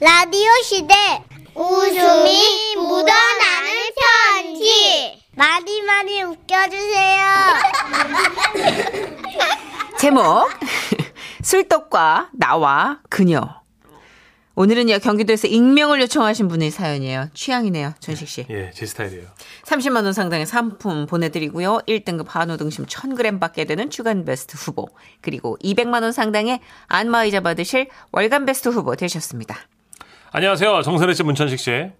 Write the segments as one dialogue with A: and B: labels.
A: 라디오 시대 웃음이 묻어나는 편지 많이 많이 웃겨주세요.
B: 제목 술떡과 나와 그녀 오늘은요 경기도에서 익명을 요청하신 분의 사연이에요 취향이네요 전식 씨
C: 예, 제 스타일이에요.
B: 30만 원 상당의 상품 보내드리고요 1등급 한우 등심 1000g 받게 되는 주간 베스트 후보 그리고 200만 원 상당의 안마의자 받으실 월간 베스트 후보 되셨습니다
C: 안녕하세요. 정선혜 씨, 문천식 씨.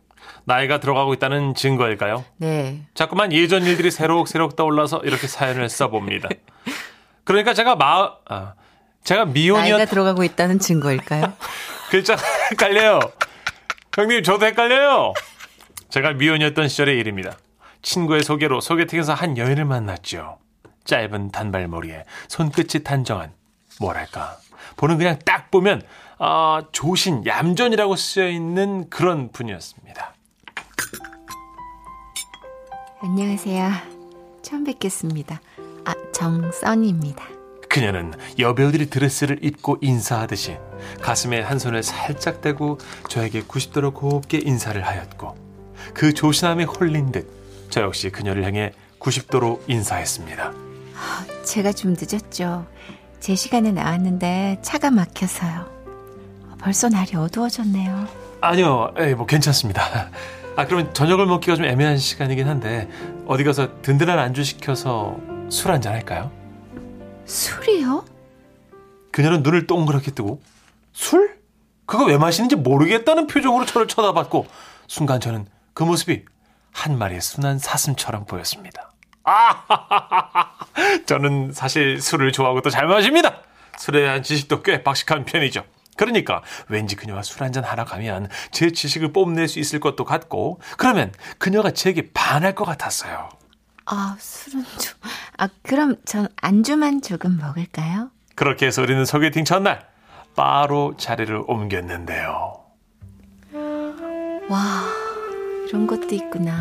C: 나이가 들어가고 있다는 증거일까요?
B: 네
C: 자꾸만 예전 일들이 새록새록 떠올라서 이렇게 사연을 써봅니다. 그러니까 제가 마, 아, 제가
B: 나이가
C: 미혼이었,
B: 들어가고 있다는 증거일까요?
C: 글자가 헷갈려요. 형님, 저도 헷갈려요. 제가 미혼이었던 시절의 일입니다. 친구의 소개로 소개팅에서 한 여인을 만났죠. 짧은 단발머리에 손끝이 단정한, 뭐랄까. 보는 그냥 딱 보면, 아, 조신, 얌전이라고 쓰여 있는 그런 분이었습니다.
B: 안녕하세요 처음 뵙겠습니다 아 정선입니다
C: 그녀는 여배우들이 드레스를 입고 인사하듯이 가슴에 한 손을 살짝 대고 저에게 90도로 곱게 인사를 하였고 그 조신함에 홀린 듯 저 역시 그녀를 향해 90도로 인사했습니다.
B: 제가 좀 늦었죠. 제 시간에 나왔는데 차가 막혀서요. 벌써 날이 어두워졌네요.
C: 아니요, 에이, 뭐 괜찮습니다. 아 그러면 저녁을 먹기가 좀 애매한 시간이긴 한데 어디 가서 든든한 안주 시켜서 술 한잔 할까요?
B: 술이요?
C: 그녀는 눈을 동그랗게 뜨고 술? 그거 왜 마시는지 모르겠다는 표정으로 저를 쳐다봤고 순간 저는 그 모습이 한 마리의 순한 사슴처럼 보였습니다. 아! 저는 사실 술을 좋아하고 또 잘 마십니다. 술에 대한 지식도 꽤 박식한 편이죠. 그러니까 왠지 그녀와 술 한잔 하러 가면 제 지식을 뽐낼 수 있을 것도 같고 그러면 그녀가 제게 반할 것 같았어요.
B: 아, 술은 좀. 아, 그럼 전 안주만 조금 먹을까요?
C: 그렇게 해서 우리는 소개팅 첫날 바로 자리를 옮겼는데요.
B: 와, 이런 것도 있구나.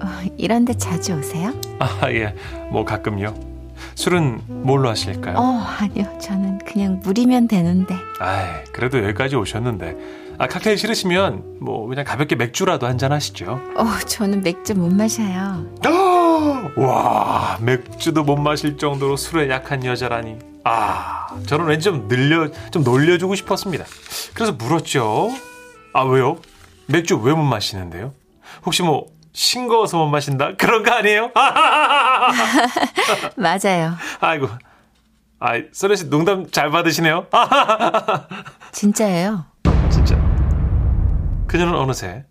B: 어, 이런데 자주 오세요?
C: 아, 예. 뭐 가끔요. 술은 뭘로 하실까요?
B: 어, 아니요. 저는 그냥 물이면 되는데.
C: 아이, 그래도 여기까지 오셨는데. 아, 칵테일 싫으시면 뭐 그냥 가볍게 맥주라도 한잔 하시죠.
B: 어, 저는 맥주 못 마셔요.
C: 와, 맥주도 못 마실 정도로 술에 약한 여자라니. 아, 저는 왠지 좀 늘려 좀 놀려주고 싶었습니다. 그래서 물었죠. 아, 왜요? 맥주 왜 못 마시는데요? 혹시 뭐 싱거워서 못 마신다? 그런 거 아니에요?
B: 맞아요.
C: 아이고. 아, 선혜 씨 농담 잘 받으시네요.
B: 진짜예요.
C: 진짜. 그녀는 어느새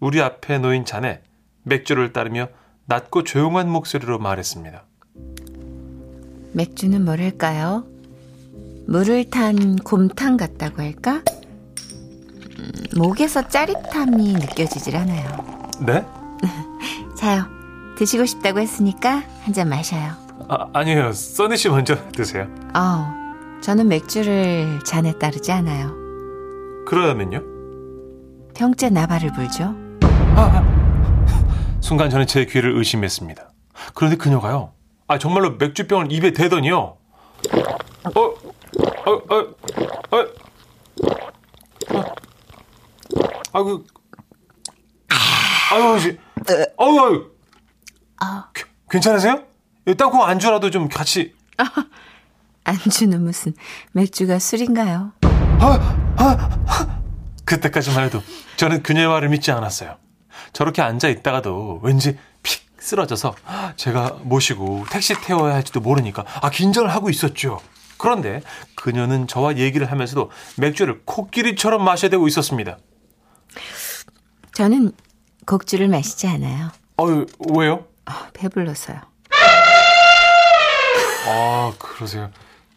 C: 우리 앞에 놓인 잔에 맥주를 따르며 낮고 조용한 목소리로 말했습니다.
B: 맥주는 뭐랄까요? 물을 탄 곰탕 같다고 할까? 음, 목에서 짜릿함이 느껴지질 않아요.
C: 네?
B: 자요. 드시고 싶다고 했으니까 한 잔 마셔요.
C: 아, 아니에요. 써니 씨 먼저 드세요.
B: 어, 저는 맥주를 잔에 따르지 않아요.
C: 그러면요?
B: 평제 나발을 불죠.
C: 순간 저는 제 귀를 의심했습니다. 그런데 그녀가요. 아, 정말로 맥주병을 입에 대더니요. 어, 어, 어, 어, 어. 아, 그, 아유, 씨. 아유, 아유. 괜- 괜찮으세요? 이 땅콩 안주라도 좀 같이.
B: 안주는 무슨 맥주가 술인가요?
C: 아, 그때까지만 해도 저는 그녀의 말을 믿지 않았어요. 저렇게 앉아 있다가도 왠지 픽 쓰러져서 제가 모시고 택시 태워야 할지도 모르니까 아 긴장을 하고 있었죠. 그런데 그녀는 저와 얘기를 하면서도 맥주를 코끼리처럼 마셔야 되고 있었습니다.
B: 저는 곡주를 마시지 않아요.
C: 어유 왜요?
B: 어, 배불러서요.
C: 아 그러세요.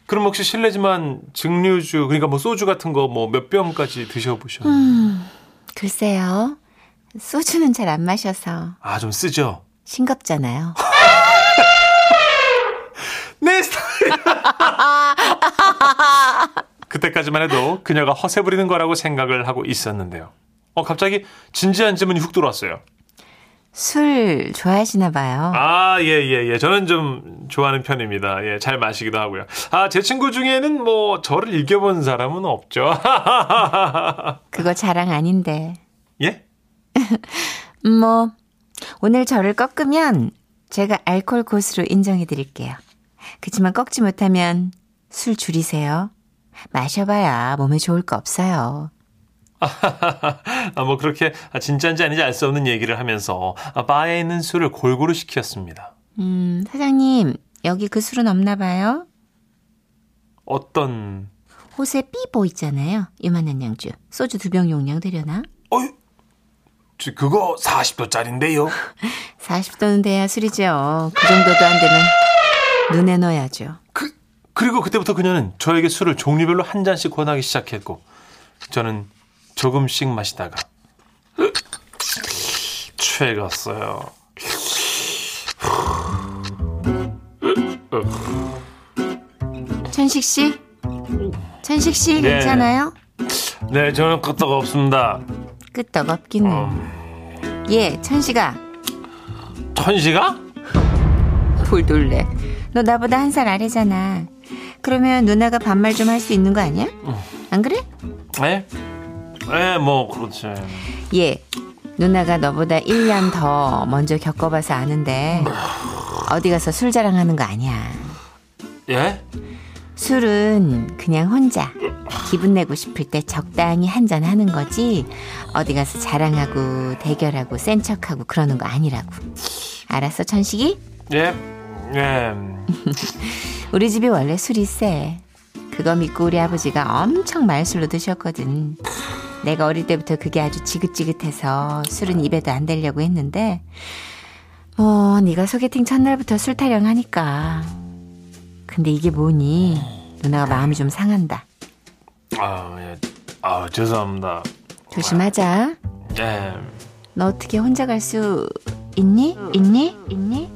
C: 그럼 혹시 실례지만 증류주 그러니까 뭐 소주 같은 거 뭐 몇 병까지 드셔보셨나요?
B: 글쎄요. 소주는 잘 안 마셔서
C: 아 좀 쓰죠.
B: 싱겁잖아요.
C: 내 스타일. 그때까지만 해도 그녀가 허세 부리는 거라고 생각을 하고 있었는데요. 어 갑자기 진지한 질문이 훅 들어왔어요.
B: 술 좋아하시나 봐요.
C: 아, 예, 예, 예. 저는 좀 좋아하는 편입니다. 예, 잘 마시기도 하고요. 아, 제 친구 중에는 뭐, 저를 이겨본 사람은 없죠.
B: 그거 자랑 아닌데.
C: 예?
B: 음, 뭐 오늘 저를 꺾으면 제가 알코올 고수로 인정해 드릴게요. 그치만 꺾지 못하면 술 줄이세요. 마셔봐야 몸에 좋을 거 없어요.
C: 아, 뭐, 그렇게, 아, 진짜인지 아닌지 알 수 없는 얘기를 하면서, 아, 바에 있는 술을 골고루 시켰습니다.
B: 음, 사장님, 여기 그 술은 없나 봐요?
C: 어떤,
B: 호세 삐보 있잖아요. 이만한 양주. 소주 두 병 용량 되려나?
C: 어이! 저 그거 40도짜린데요?
B: 40도는 돼야 술이죠. 그 정도도 안 되면 눈에 넣어야죠.
C: 그, 그리고 그때부터 그녀는 저에게 술을 종류별로 한 잔씩 권하기 시작했고, 저는 조금씩 마시다가, 최갔어요.
B: 천식 씨? 천식 씨
C: 네.
B: 괜찮아요?
C: 네, 저는 끄떡 없습니다. 음,
B: 끄떡 없긴 해.
C: 어.
B: 예, 천식아.
C: 천시가?
B: 돌돌래. 너 나보다 한 살 아래잖아. 그러면 누나가 반말 좀 할 수 있는 거 아니야? 안 그래?
C: 에? 에, 예? 뭐, 그렇지.
B: 예. 누나가 너보다 1년 더 먼저 겪어봐서 아는데 어디 가서 술 자랑하는 거 아니야.
C: 예?
B: 술은 그냥 혼자 기분 내고 싶을 때 적당히 한 잔 하는 거지 어디 가서 자랑하고 대결하고 센 척하고 그러는 거 아니라고. 알았어 천식이?
C: 예? 예.
B: 우리 집이 원래 술이 세. 그거 믿고 우리 아버지가 엄청 말술로 드셨거든. 내가 어릴 때부터 그게 아주 지긋지긋해서 술은 입에도 안 대려고 했는데 뭐 네가 소개팅 첫날부터 술 타령하니까. 근데 이게 뭐니? 누나가 마음이 좀 상한다.
C: 아, 예. 아, 죄송합니다.
B: 조심하자.
C: 예.
B: 너 어떻게 혼자 갈 수 있니? 있니? 있니?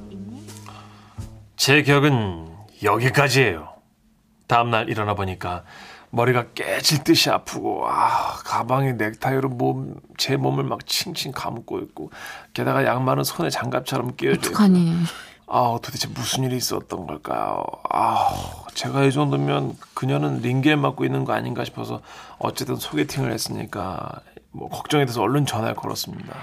C: 제 기억은 여기까지예요. 다음날 일어나 보니까 머리가 깨질 듯이 아프고 아 가방에 넥타이로 몸 제 몸을 막 칭칭 감고 있고 게다가 양말은 손에 장갑처럼 끼어져 있고
B: 아니.
C: 아 도대체 무슨 일이 있었던 걸까요? 아 제가 이 정도면 그녀는 링겔 맞고 있는 거 아닌가 싶어서 어쨌든 소개팅을 했으니까 뭐 걱정이 돼서 얼른 전화를 걸었습니다.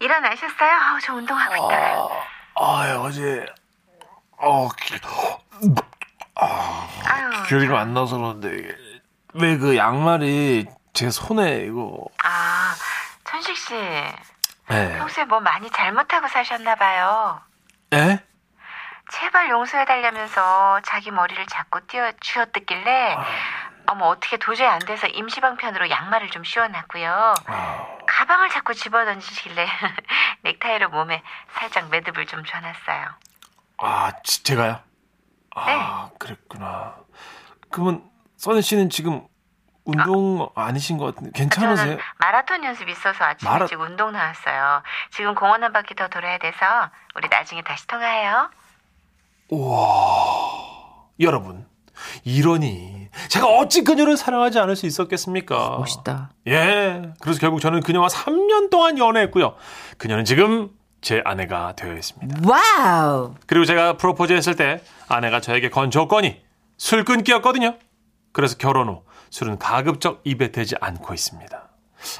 B: 일어나셨어요? 아우, 저 운동하고 있다가.
C: 아 예, 어제 어 기-
B: 아유.
C: 기억이 좀 안 나서 그런데 왜 그 양말이 제 손에 이거
B: 아, 천식 씨.
C: 예?
B: 평소에 뭐 많이 잘못하고 사셨나 봐요.
C: 예?
B: 제발 용서해달라면서 자기 머리를 자꾸 띄어 쥐어뜯길래
C: 아,
B: 어머 어떻게 도저히 안 돼서 임시방편으로 양말을 좀 씌워놨고요.
C: 아,
B: 가방을 자꾸 집어던지시길래 넥타이로 몸에 살짝 매듭을 좀 줘놨어요.
C: 아 지- 제가요? 아 그랬구나 그러면 써니 씨는 지금 운동 아니신 것 같은데 괜찮으세요?
D: 저는 마라톤 연습 있어서 아침
C: 마라-
D: 일찍 운동 나왔어요. 지금 공원 한 바퀴 더 돌아야 돼서 우리 나중에 다시 통화해요.
C: 여러분 이러니 제가 어찌 그녀를 사랑하지 않을 수 있었겠습니까? 예 그래서 결국 저는 그녀와 3년 동안 연애했고요 그녀는 지금 제 아내가 되어 있습니다
B: 와우.
C: 그리고 제가 프로포즈 했을 때 아내가 저에게 건 조건이 술 끊기였거든요. 그래서 결혼 후 술은 가급적 입에 대지 않고 있습니다.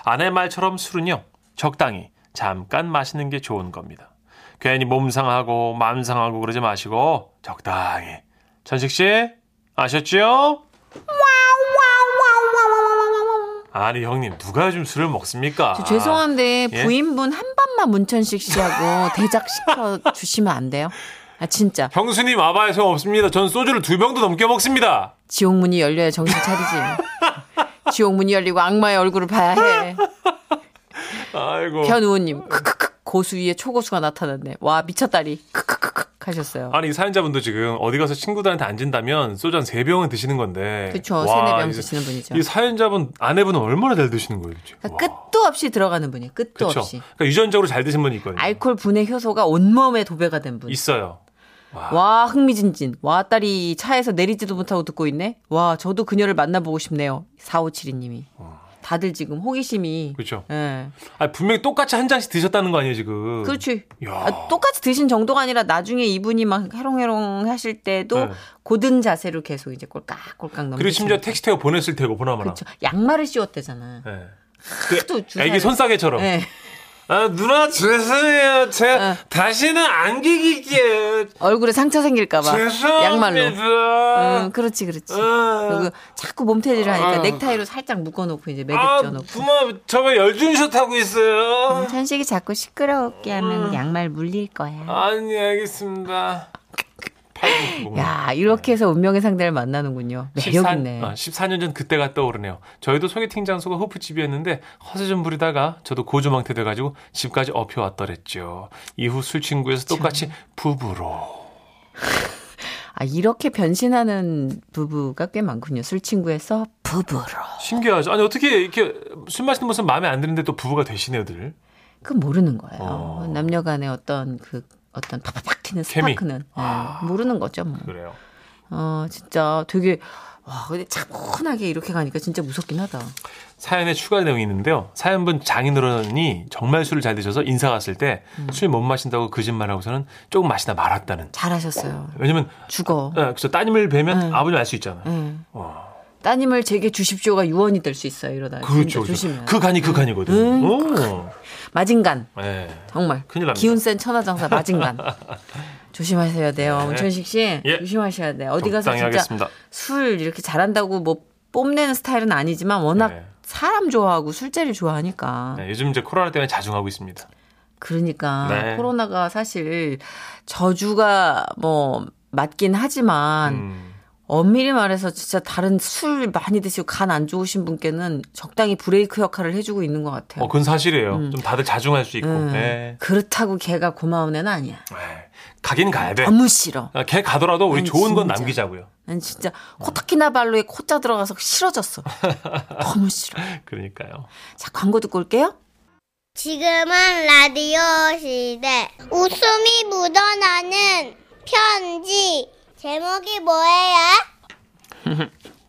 C: 아내 말처럼 술은요, 적당히 잠깐 마시는 게 좋은 겁니다. 괜히 몸 상하고 마음 상하고 그러지 마시고 적당히. 천식 씨 아셨죠? 아니 형님 누가 요즘 술을 먹습니까?
E: 죄송한데
C: 아, 예?
E: 부인분 한 번만 문천식 씨하고 대작 시켜 주시면 안 돼요? 아 진짜
C: 형수님 아바에 소용 없습니다. 전 소주를 두 병도 넘게 먹습니다.
E: 지옥문이 열려야 정신 차리지. 지옥문이 열리고 악마의 얼굴을 봐야 해.
C: 아이고.
E: 변우호님 크크크 고수 위에 초고수가 나타났네. 와 미쳤다리 크크크크 하셨어요.
C: 아니 이 사연자분도 지금 어디 가서 친구들한테 앉은다면 소주 한 세 병은 드시는 건데.
E: 그쵸,
C: 와,
E: 세네 병
C: 이-
E: 드시는 분이죠.
C: 이 사연자분 아내분은 얼마나 잘 드시는 거예요, 그쵸?
E: 그러니까 끝도 없이 들어가는 분이 끝도
C: 그쵸?
E: 없이.
C: 그러니까 유전적으로 잘 드신 분이 있거든요.
E: 알코올 분해 효소가 온몸에 도배가 된 분.
C: 있어요.
E: 와 흥미진진. 와 딸이
C: 어.
E: 차에서 내리지도 못하고 듣고 있네. 와 저도 그녀를 만나보고 싶네요. 4572님이. 다들 지금 호기심이.
C: 그렇죠.
E: 예.
C: 아 분명히 똑같이 한 장씩 드셨다는 거 아니에요 지금?
E: 그렇지.
C: 야.
E: 아, 똑같이 드신 정도가 아니라 나중에 이분이 막 해롱해롱 하실 때도
C: 네.
E: 고든 자세로 계속 이제 꼴깍꼴깍 넘기시고.
C: 그리고 심지어 텍스트에 보냈을 테고 보나마나.
E: 그렇죠. 양말을 씌웠대잖아.
C: 예.
E: 하도 주사를-
C: 애기 손싸개처럼.
E: 예.
C: 아 누나 죄송해요. 제가
E: 어.
C: 다시는 안 기길게요.
E: 얼굴에 상처 생길까봐. 양말로.
C: 양말로.
E: 음, 그렇지, 그렇지.
C: 어.
E: 그리고 자꾸 몸태질을 하니까
C: 어. 아,
E: 넥타이로 살짝 묶어놓고 이제 매듭 쪄놓고.
C: 부모 저거 열중샷 하고 있어요.
B: 천식이 자꾸 시끄럽게 하면 양말 물릴 거야.
C: 아니 알겠습니다.
E: 야, 이렇게 해서 운명의 상대를 만나는군요. 매력있네.
C: 14, 어, 년전 그때가 떠오르네요. 저희도 소개팅 장소가 호프집이었는데 허세 좀 부리다가 저도 고조망태 돼가지고 집까지 업혀왔더랬죠. 이후 술친구에서 똑같이 부부로.
E: 아, 이렇게 변신하는 부부가 꽤 많군요. 술친구에서 부부로.
C: 신기하죠? 아니 어떻게 이렇게 술 마시는 모습 마음에 안 드는데 또 부부가 되시네요들.
E: 그건 모르는 거예요.
C: 어.
E: 남녀 간의 어떤 그, 어떤 팍팍팍 튀는
C: 케미. 아.
E: 스파크는. 예, 모르는 거죠, 뭐.
C: 그래요.
E: 어, 진짜 되게, 와, 근데 차분하게 이렇게 가니까 진짜 무섭긴 하다.
C: 사연에 추가 내용이 있는데요. 사연분 장인어른이 정말 술을 잘 드셔서 인사 갔을 때 술
E: 음.
C: 못 마신다고 거짓말하고서는 조금 마시다 말았다는.
E: 잘하셨어요.
C: 왜냐면
E: 죽어.
C: 예, 그래서 따님을 뵈면
E: 네.
C: 아버님 알 수 있잖아요.
E: 예.
C: 와.
E: 따님을 제게 주십시오가 유언이 될 수 있어요, 이러다. 음. 진짜
C: 그렇죠.
E: 조심해야
C: 그렇죠.
E: 돼.
C: 그 간이 그 간이거든.
E: 음.
C: 오.
E: 마징간.
C: 예.
E: 정말
C: 큰일 납니다.
E: 기운 센 천하장사 마징간 조심하셔야 돼요
C: 네.
E: 문천식 씨
C: 예.
E: 조심하셔야 돼요 어디 가서
C: 적당히
E: 진짜
C: 하겠습니다.
E: 술 이렇게 잘한다고 뭐 뽐내는 스타일은 아니지만 워낙
C: 네.
E: 사람 좋아하고 술자리 좋아하니까
C: 네, 요즘 이제 코로나 때문에 자중하고 있습니다.
E: 그러니까
C: 네.
E: 코로나가 사실 저주가 뭐 맞긴 하지만
C: 음.
E: 엄밀히 말해서 진짜 다른 술 많이 드시고 간 안 좋으신 분께는 적당히 브레이크 역할을 해주고 있는 것 같아요.
C: 어, 그건 사실이에요. 좀 다들 자중할 수 있고.
E: 음.
C: 예.
E: 그렇다고 걔가 고마운 애는 아니야.
C: 예. 가긴 가야 돼.
E: 너무 싫어.
C: 아, 걔 가더라도 우리
E: 아니,
C: 좋은 건
E: 진짜.
C: 남기자고요.
E: 난 진짜
C: 음.
E: 코타키나발루에 코자 들어가서 싫어졌어. 너무 싫어.
C: 그러니까요.
E: 자 광고 듣고 올게요.
A: 지금은 라디오 시대. 웃음이 묻어나는 편지. 제목이 뭐예요?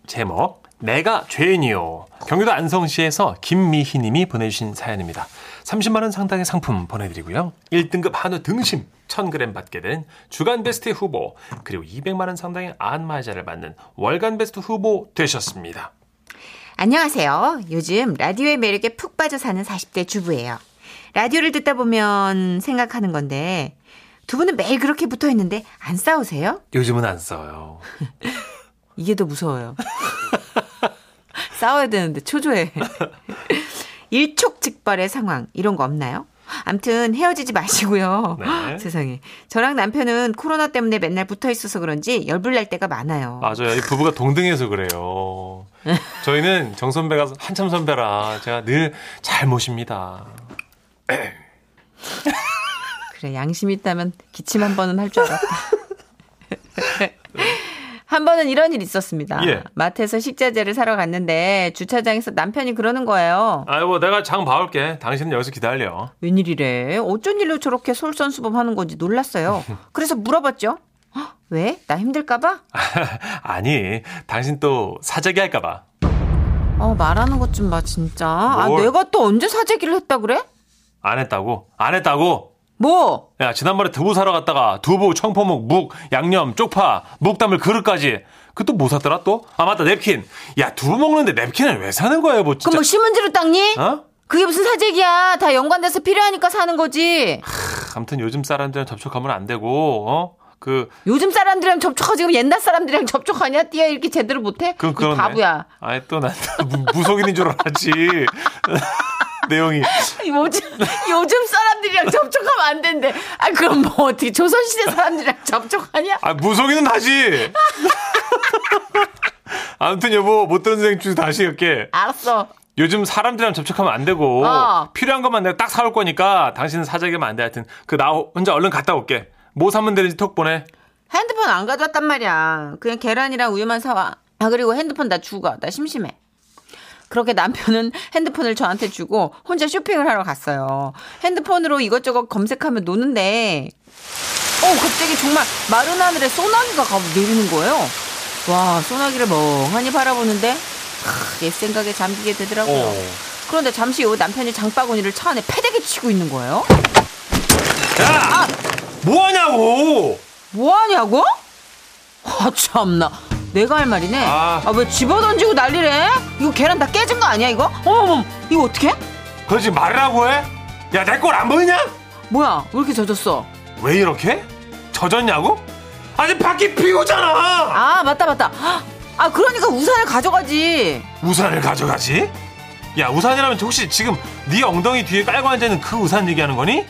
C: 제목 내가 죄인이요 경기도 안성시에서 김미희님이 보내주신 사연입니다 30만원 상당의 상품 보내드리고요 1등급 한우 등심 1000g 받게 된 주간베스트 후보 그리고 200만원 상당의 안마자를 받는 월간베스트 후보 되셨습니다
B: 안녕하세요. 요즘 라디오의 매력에 푹 빠져 사는 40대 주부예요. 라디오를 듣다 보면 생각하는 건데 두 분은 매일 그렇게 붙어 있는데 안 싸우세요?
C: 요즘은 안 써요
E: 이게 더 무서워요. 싸워야 되는데 초조해.
B: 일촉즉발의 상황 이런 거 없나요? 암튼 헤어지지 마시고요.
E: 아,
C: 네.
B: 세상에. 저랑 남편은 코로나 때문에 맨날 붙어 있어서 그런지 열불 날 때가 많아요.
C: 맞아요 이 부부가 동등해서 그래요 저희는 정선배가 한참 선배라 제가 늘 잘 모십니다
E: 그래 양심 있다면 기침 한 번은 할 줄 알았다. 한 번은 이런 일이 있었습니다.
C: 예.
E: 마트에서 식자재를 사러 갔는데 주차장에서 남편이 그러는 거예요.
C: 아이고 뭐 내가 장 봐올게 당신은 여기서 기다려
E: 웬일이래? 어쩐 일로 저렇게 솔선수범하는 건지 놀랐어요. 그래서 물어봤죠. "헉, 왜? 나 힘들까봐?
C: 아니, 당신 또 사재기 할까봐.
E: 어 말하는 것 좀 봐 진짜. 아
C: 뭘.
E: 내가 또 언제 사재기를 했다 그래?
C: 안 했다고? 안 했다고?
E: 뭐?
C: 야, 지난번에 두부 사러 갔다가 두부, 청포묵, 묵, 양념, 쪽파, 묵담을 그릇까지. 그 또 뭐 샀더라 또? 아, 맞다, 냅킨. 야, 두부 먹는데 냅킨을 왜 사는 거예요, 뭐
E: 그럼
C: 진짜.
E: 뭐 신문지로 닦니?
C: 어?
E: 그게 무슨 사재기야? 다 연관돼서 필요하니까 사는 거지.
C: 아무튼 요즘 사람들은 접촉하면 안 되고, 어? 그,
E: 요즘 사람들이랑 접촉하고 지금 옛날 사람들이랑 접촉하냐? 띠야 이렇게 제대로 못해?
C: 그,
E: 이
C: 그런.
E: 바보야.
C: 아이, 또 난, 무속인인 줄 알았지. 내용이.
E: 요즘 요즘 사람들이랑 접촉하면 안 된대. 아 그럼 뭐 어떻게 조선시대 사람들이랑 접촉하냐?
C: 아, 무속인은 다시! 아무튼 여보, 못 들은 생주 다시 할게.
E: 알았어.
C: 요즘 사람들이랑 접촉하면 안 되고
E: 어.
C: 필요한 것만 내가 딱 사올 거니까 당신은 사재기면 안 돼. 하여튼 그 나 혼자 얼른 갔다 올게. 뭐 사면 되는지 톡 보내.
E: 핸드폰 안 가져왔단 말이야. 그냥 계란이랑 우유만 사와. 아, 그리고 핸드폰 나 주고 가. 나 심심해. 그렇게 남편은 핸드폰을 저한테 주고 혼자 쇼핑을 하러 갔어요. 핸드폰으로 이것저것 검색하며 노는데, 어, 갑자기 정말 마른 하늘에 소나기가 가- 내리는 거예요. 와, 소나기를 멍하니 바라보는데, 하, 옛 생각에 잠기게 되더라고요.
C: 어.
E: 그런데 잠시 후 남편이 장바구니를 차 안에 패대게 치고 있는 거예요.
C: 야! 뭐하냐고!
E: 뭐 하냐고? 아 참나. 내가 할 말이네.
C: 아.
E: 아 왜 집어 던지고 난리래? 이거 계란 다 깨진 거 아니야 이거? 어머 이거 어떻게?
C: 그러지 말라고 해? 야, 내 꼴 안 보이냐?
E: 뭐야 왜 이렇게 젖었어?
C: 왜 이렇게? 젖었냐고? 아니, 밖이 비오잖아!
E: 아 맞다 맞다. 헉, 아 그러니까 우산을 가져가지.
C: 우산을 가져가지? 야, 우산이라면 혹시 지금 네 엉덩이 뒤에 깔고 앉아있는 그 우산 얘기하는 거니?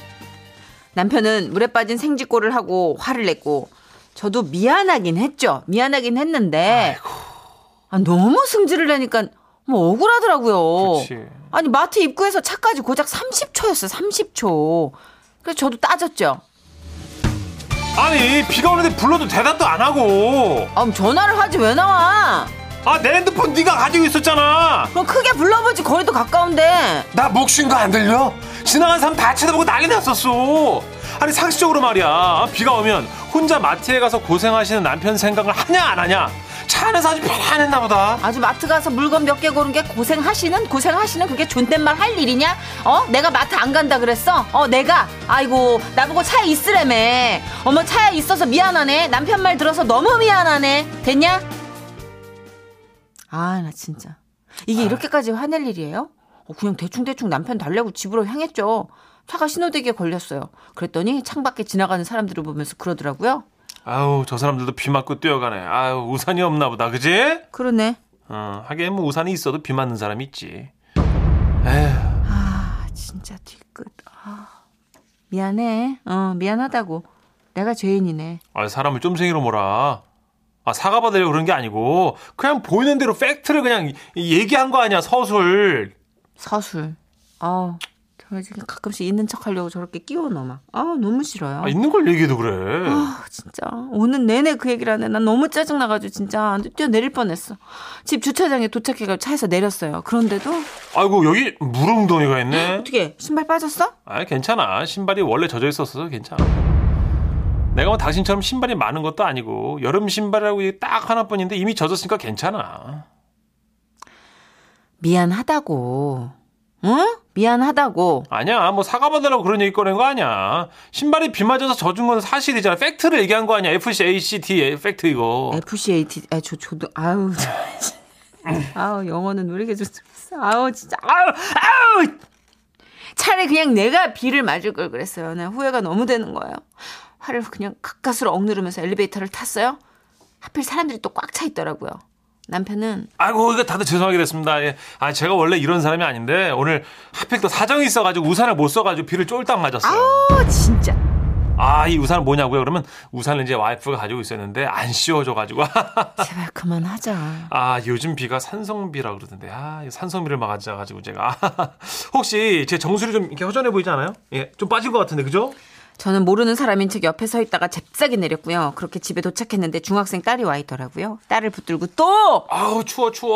E: 남편은 물에 빠진 생쥐꼴을 하고 화를 냈고 저도 미안하긴 했죠. 미안하긴 했는데 아, 너무 승질을 내니까 뭐 억울하더라고요.
C: 그치.
E: 아니 마트 입구에서 차까지 고작 30초였어요. 30초. 그래서 저도 따졌죠.
C: 아니, 비가 오는데 불러도 대답도 안 하고.
E: 아, 그럼 전화를 하지 왜 나와?
C: 아, 내 핸드폰 네가 가지고 있었잖아!
E: 그럼 크게 불러보지 거리도 가까운데.
C: 나 목쉰 거 안 들려? 지나간 사람 다 쳐다보고 난리 났었어. 아니 상식적으로 말이야. 비가 오면 혼자 마트에 가서 고생하시는 남편 생각을 하냐 안 하냐. 차 안에서 아주 편안했나 보다.
E: 아주 마트 가서 물건 몇 개 고른 게 고생하시는 고생하시는 그게 존댓말 할 일이냐? 어? 내가 마트 안 간다 그랬어? 어 내가? 아이고 나보고 차에 있으래며 어머 차에 있어서 미안하네 남편 말 들어서 너무 미안하네 됐냐? 아 나 진짜 이게 이렇게까지 화낼 일이에요? 어, 그냥 대충대충 남편 달래고 집으로 향했죠 차가 신호대기에 걸렸어요 그랬더니 창밖에 지나가는 사람들을 보면서 그러더라고요
C: 아우 저 사람들도 비 맞고 뛰어가네. 아우 우산이 없나 보다. 그지?
E: 그러네
C: 어, 하긴 뭐 우산이 있어도 비 맞는 사람이 있지.
E: 아 진짜 뒤끝. 아, 미안해. 어 미안하다고. 내가 죄인이네.
C: 아 사람을 쫌생이로 몰아. 아 사과받으려고 그런 게 아니고 그냥 보이는 대로 팩트를 그냥 이- 얘기한 거 아니야 서술.
E: 서술. 아 결국에 가끔씩 있는 척하려고 저렇게 끼워 넣어 막. 아 너무 싫어요.
C: 아 있는 걸 얘기해도 그래.
E: 아, 진짜 오늘 내내 그 얘기를 하네. 난 너무 짜증 나가지고 진짜 뛰어내릴 뻔했어. 집 주차장에 도착해가지고 차에서 내렸어요. 그런데도
C: 아이고 여기 물웅덩이가 있네.
E: 어떻게 신발 빠졌어?
C: 아 괜찮아 신발이 원래 젖어 있었어서 괜찮아 내가 뭐 당신처럼 신발이 많은 것도 아니고 여름 신발이라고 이게 딱 하나뿐인데 이미 젖었으니까 괜찮아
E: 미안하다고. 응? 미안하다고.
C: 아니야 뭐 사과받으라고 그런 얘기 꺼낸 거 아니야 신발이 비 맞아서 젖은 건 사실이잖아 팩트를 얘기한 거 아니야 FCACT 팩트 이거
E: FCAT 아, 저 저도 아우 저- 아우 영어는 왜 이렇게 좋습니까? 아우 진짜 아우 아우 차라리 그냥 내가 비를 맞을 걸 그랬어요. 나 후회가 너무 되는 거예요. 화를 그냥 가까스로 억누르면서 엘리베이터를 탔어요. 하필 사람들이 또 꽉 차 있더라고요. 남편은
C: 아이고 이거 다들 죄송하게 됐습니다 예. 아 제가 원래 이런 사람이 아닌데 오늘 하필 또 사정이 있어가지고 우산을 못 써가지고 비를 쫄딱 맞았어요
E: 어 진짜
C: 아 이 우산은 뭐냐고요 그러면 우산을 이제 와이프가 가지고 있었는데 안 씌워줘가지고
E: 제발 그만하자.
C: 아 요즘 비가 산성비라 그러던데 아 이거 산성비를 막아가지고 제가 아, 혹시 제 정수리 좀 이렇게 허전해 보이지 않아요? 예좀 빠진 것 같은데 그죠?
E: 저는 모르는 사람인 척 옆에 서 있다가 잽싸게 내렸고요. 그렇게 집에 도착했는데 중학생 딸이 와 있더라고요. 딸을 붙들고 또
C: 아우 추워 추워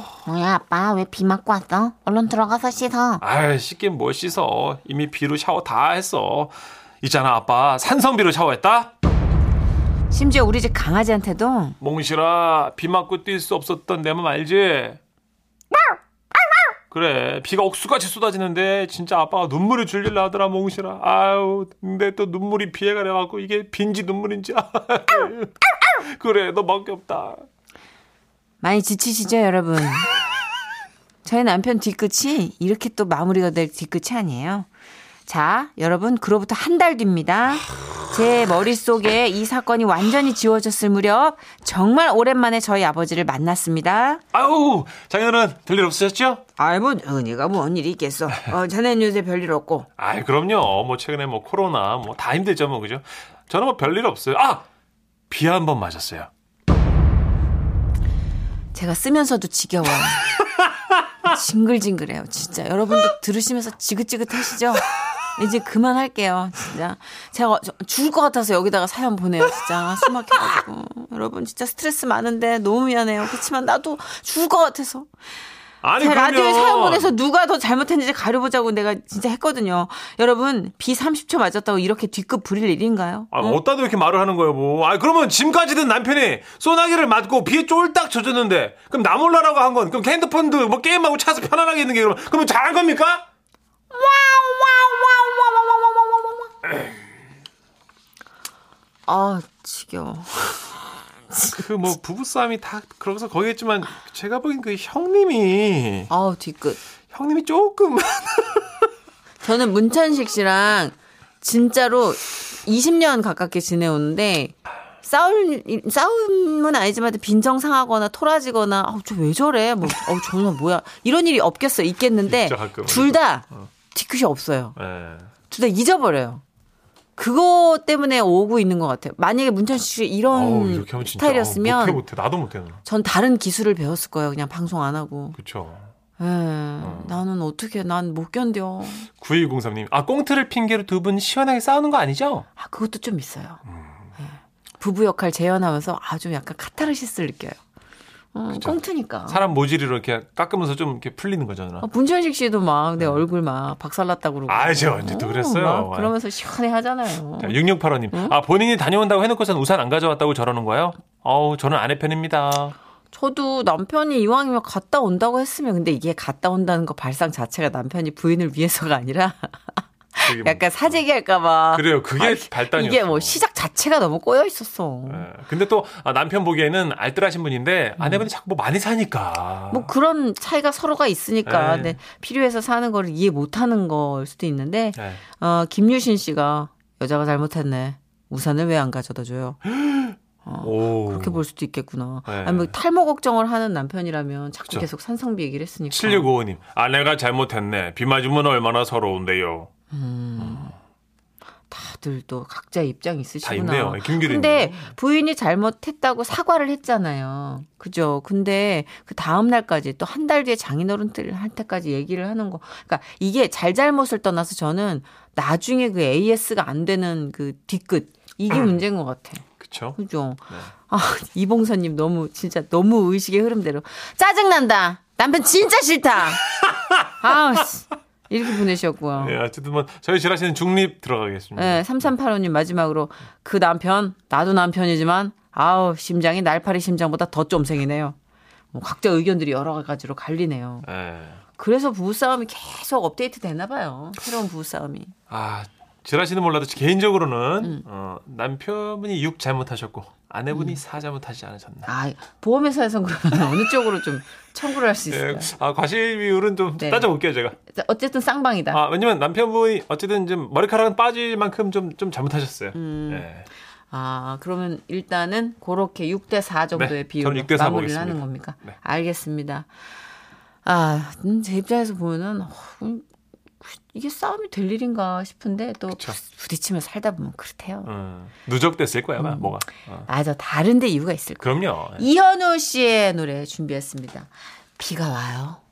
C: 어.
B: 뭐야 아빠 왜 비 맞고 왔어? 얼른 들어가서 씻어.
C: 아이 씻긴 뭘 씻어 이미 비로 샤워 다 했어 있잖아 아빠 산성비로 샤워했다?
E: 심지어 우리 집 강아지한테도
C: 몽실아 비 맞고 뛸 수 없었던 내 맘 알지? 그래 비가 억수같이 쏟아지는데 진짜 아빠가 눈물을 줄릴라 하더라 몽실아 아유 근데 또 눈물이 비에 가려갖고 이게 빈지 눈물인지 아유. 그래 너밖에 없다
E: 많이 지치시죠, 여러분? 저희 남편 뒤끝이 이렇게 또 마무리가 될 뒤끝이 아니에요. 자, 여러분, 그로부터 한 달 뒤입니다. 제 머릿속에 이 사건이 완전히 지워졌을 무렵, 정말 오랜만에 저희 아버지를 만났습니다.
C: 아우 장인어른 별일 없으셨죠?
E: 아이, 뭐, 은희가 뭔 일이 있겠어. 어, 자네는 요새 별일 없고.
C: 아이 그럼요 뭐 최근에 뭐 코로나 뭐 다 힘들죠 뭐 그죠 저는 뭐 별일 없어요 아비 한 번 맞았어요
E: 제가 쓰면서도 지겨워요. 징글징글해요, 진짜. 여러분도 들으시면서 지긋지긋하시죠? 이제 그만할게요, 진짜. 제가 죽을 것 같아서 여기다가 사연 보내요, 진짜. 숨 막혀가지고. 여러분, 진짜 스트레스 많은데 너무 미안해요. 그렇지만 나도 죽을 것 같아서.
C: 아니
E: 자,
C: 그러면
E: 라디오에 사연 보내서 누가 더 잘못했는지 가려보자고 내가 진짜 했거든요. 여러분 비 30초 맞았다고 이렇게 뒤끝 부릴 일인가요?
C: 아, 어따도 이렇게 말을 하는 거예요, 뭐. 아, 그러면 짐까지 든 남편이 소나기를 맞고 비에 쫄딱 젖었는데, 그럼 나 몰라라고 한 건, 그럼 핸드폰도 뭐 게임하고 차서 편안하게 있는 게, 그럼, 그럼 잘한 겁니까?
E: 아 지겨워.
C: 그 뭐 부부싸움이 다 그러고서 거기겠지만, 제가 보기엔 그 형님이,
E: 아우 뒤끝.
C: 형님이 조금.
E: 저는 문천식 씨랑 진짜로 20년 가깝게 지내오는데 싸울 일- 싸움은 아니지만 빈정상하거나 토라지거나 아우 저 왜 저래 뭐 아우 저는 뭐야 이런 일이 없겠어 있겠는데
C: 진짜 어. 가끔
E: 둘 다 뒤끝이 없어요
C: 예.
E: 둘 다 잊어버려요 그거 때문에 오고 있는 것 같아요 만약에 문천식 씨
C: 어우,
E: 이런
C: 이렇게 하면 진짜.
E: 스타일이었으면
C: 못해, 못해. 나도 못해, 나.
E: 전 다른 기술을 배웠을 거예요 그냥 방송 안 하고
C: 그쵸.
E: 에
C: 어.
E: 나는 어떻게 난 못 견뎌
C: 9203님, 아, 꽁트를 핑계로 두 분 시원하게 싸우는 거 아니죠?
E: 아, 그것도 좀 있어요.
C: 음.
E: 예. 부부 역할 재현하면서 아, 좀 약간 카타르시스를 느껴요. 어, 꽁트니까.
C: 사람 모질이로 이렇게 깎으면서 좀 이렇게 풀리는 거잖아.
E: 아, 문천식 씨도 막 내 얼굴 막 박살났다고 그러고.
C: 음. 아, 저 언제 또
E: 어,
C: 그랬어요.
E: 막 그러면서 시원해 하잖아요.
C: 6685님, 아, 본인이 다녀온다고 해놓고선 우산 안 가져왔다고 저러는 거예요? 어우, 저는 아내 편입니다.
E: 저도 남편이 이왕이면 갔다 온다고 했으면 근데 이게 갔다 온다는 거 발상 자체가 남편이 부인을 위해서가 아니라
C: 그게 뭐-
E: 약간 사재기할까봐.
C: 그래요. 그게
E: 아니,
C: 발단이었어.
E: 이게 뭐 시작 자체가 너무 꼬여 있었어.
C: 예. 근데 또 아, 남편 보기에는 알뜰하신 분인데 아내분이 자꾸 뭐 많이 사니까.
E: 음. 뭐 그런 차이가 서로가 있으니까
C: 네.
E: 네, 필요해서 사는 거를 이해 못하는 걸 수도 있는데
C: 예.
E: 어, 김유신 씨가 여자가 잘못했네. 우산을 왜 안 가져다 줘요?
C: 오.
E: 어, 그렇게 뭐- 볼 수도 있겠구나.
C: 네.
E: 아니 뭐 탈모 걱정을 하는 남편이라면 자꾸
C: 그쵸.
E: 계속 산성비 얘기를 했으니까.
C: 7655님, 아내가 잘못했네. 비 맞으면 얼마나 서러운데요.
E: 음. 다들 또 각자
C: 음.
E: 입장이
C: 다
E: 있으시구나.
C: 있네요. 김규린.
E: 근데 부인이 잘못했다고 사과를 했잖아요. 그죠? 근데 그 다음 날까지 또 한 달 뒤에 장인어른들한테까지 얘기를 하는 거. 그러니까 이게 잘잘못을 떠나서 저는 나중에 그 AS가 안 되는 그 뒤끝 이게
C: 음.
E: 문제인 것 같아.
C: 그쵸?
E: 그죠?
C: 네.
E: 아, 이봉선님 너무, 진짜 너무 의식의 흐름대로. 짜증난다! 남편 진짜 싫다! 아우, 씨. 이렇게 보내셨고요.
C: 예, 어쨌든 뭐, 저희 지라시는 중립
E: 예,
C: 들어가겠습니다.
E: 3385님 마지막으로 그 남편, 나도 남편이지만, 아우, 심장이 날파리 심장보다 더 쫌생이네요. 뭐 각자 의견들이 여러 가지로 갈리네요.
C: 예.
E: 그래서 부부싸움이 계속 업데이트 되나 봐요. 새로운 부부싸움이.
C: 아, 지라시는 몰라도 개인적으로는 어, 남편분이 6 잘못하셨고 아내분이 사 잘못하지 않으셨나.
E: 아, 보험회사에선 그러면 어느 쪽으로 좀 청구를 할 수
C: 예,
E: 있을까요?
C: 아, 과실 비율은 좀
E: 네.
C: 따져볼게요, 제가.
E: 어쨌든 쌍방이다.
C: 아, 왜냐면 남편분이 어쨌든 좀 머리카락은 빠질 만큼 좀, 좀 잘못하셨어요. 예.
E: 아, 그러면 일단은 그렇게 6대 4 정도의
C: 네,
E: 비율로
C: 저는 6대 4
E: 마무리를
C: 보겠습니다.
E: 하는 겁니까?
C: 네.
E: 알겠습니다. 아, 음, 제 입장에서 보면은 어, 음, 이게 싸움이 될 일인가 싶은데 또
C: 그쵸.
E: 부딪히면 살다 보면 그렇대요.
C: 음, 누적됐을 거야, 아마 뭐가. 어.
E: 맞아, 다른데 이유가 있을 거예요.
C: 그럼요. 예.
E: 이현우 씨의 노래 준비했습니다. 비가 와요.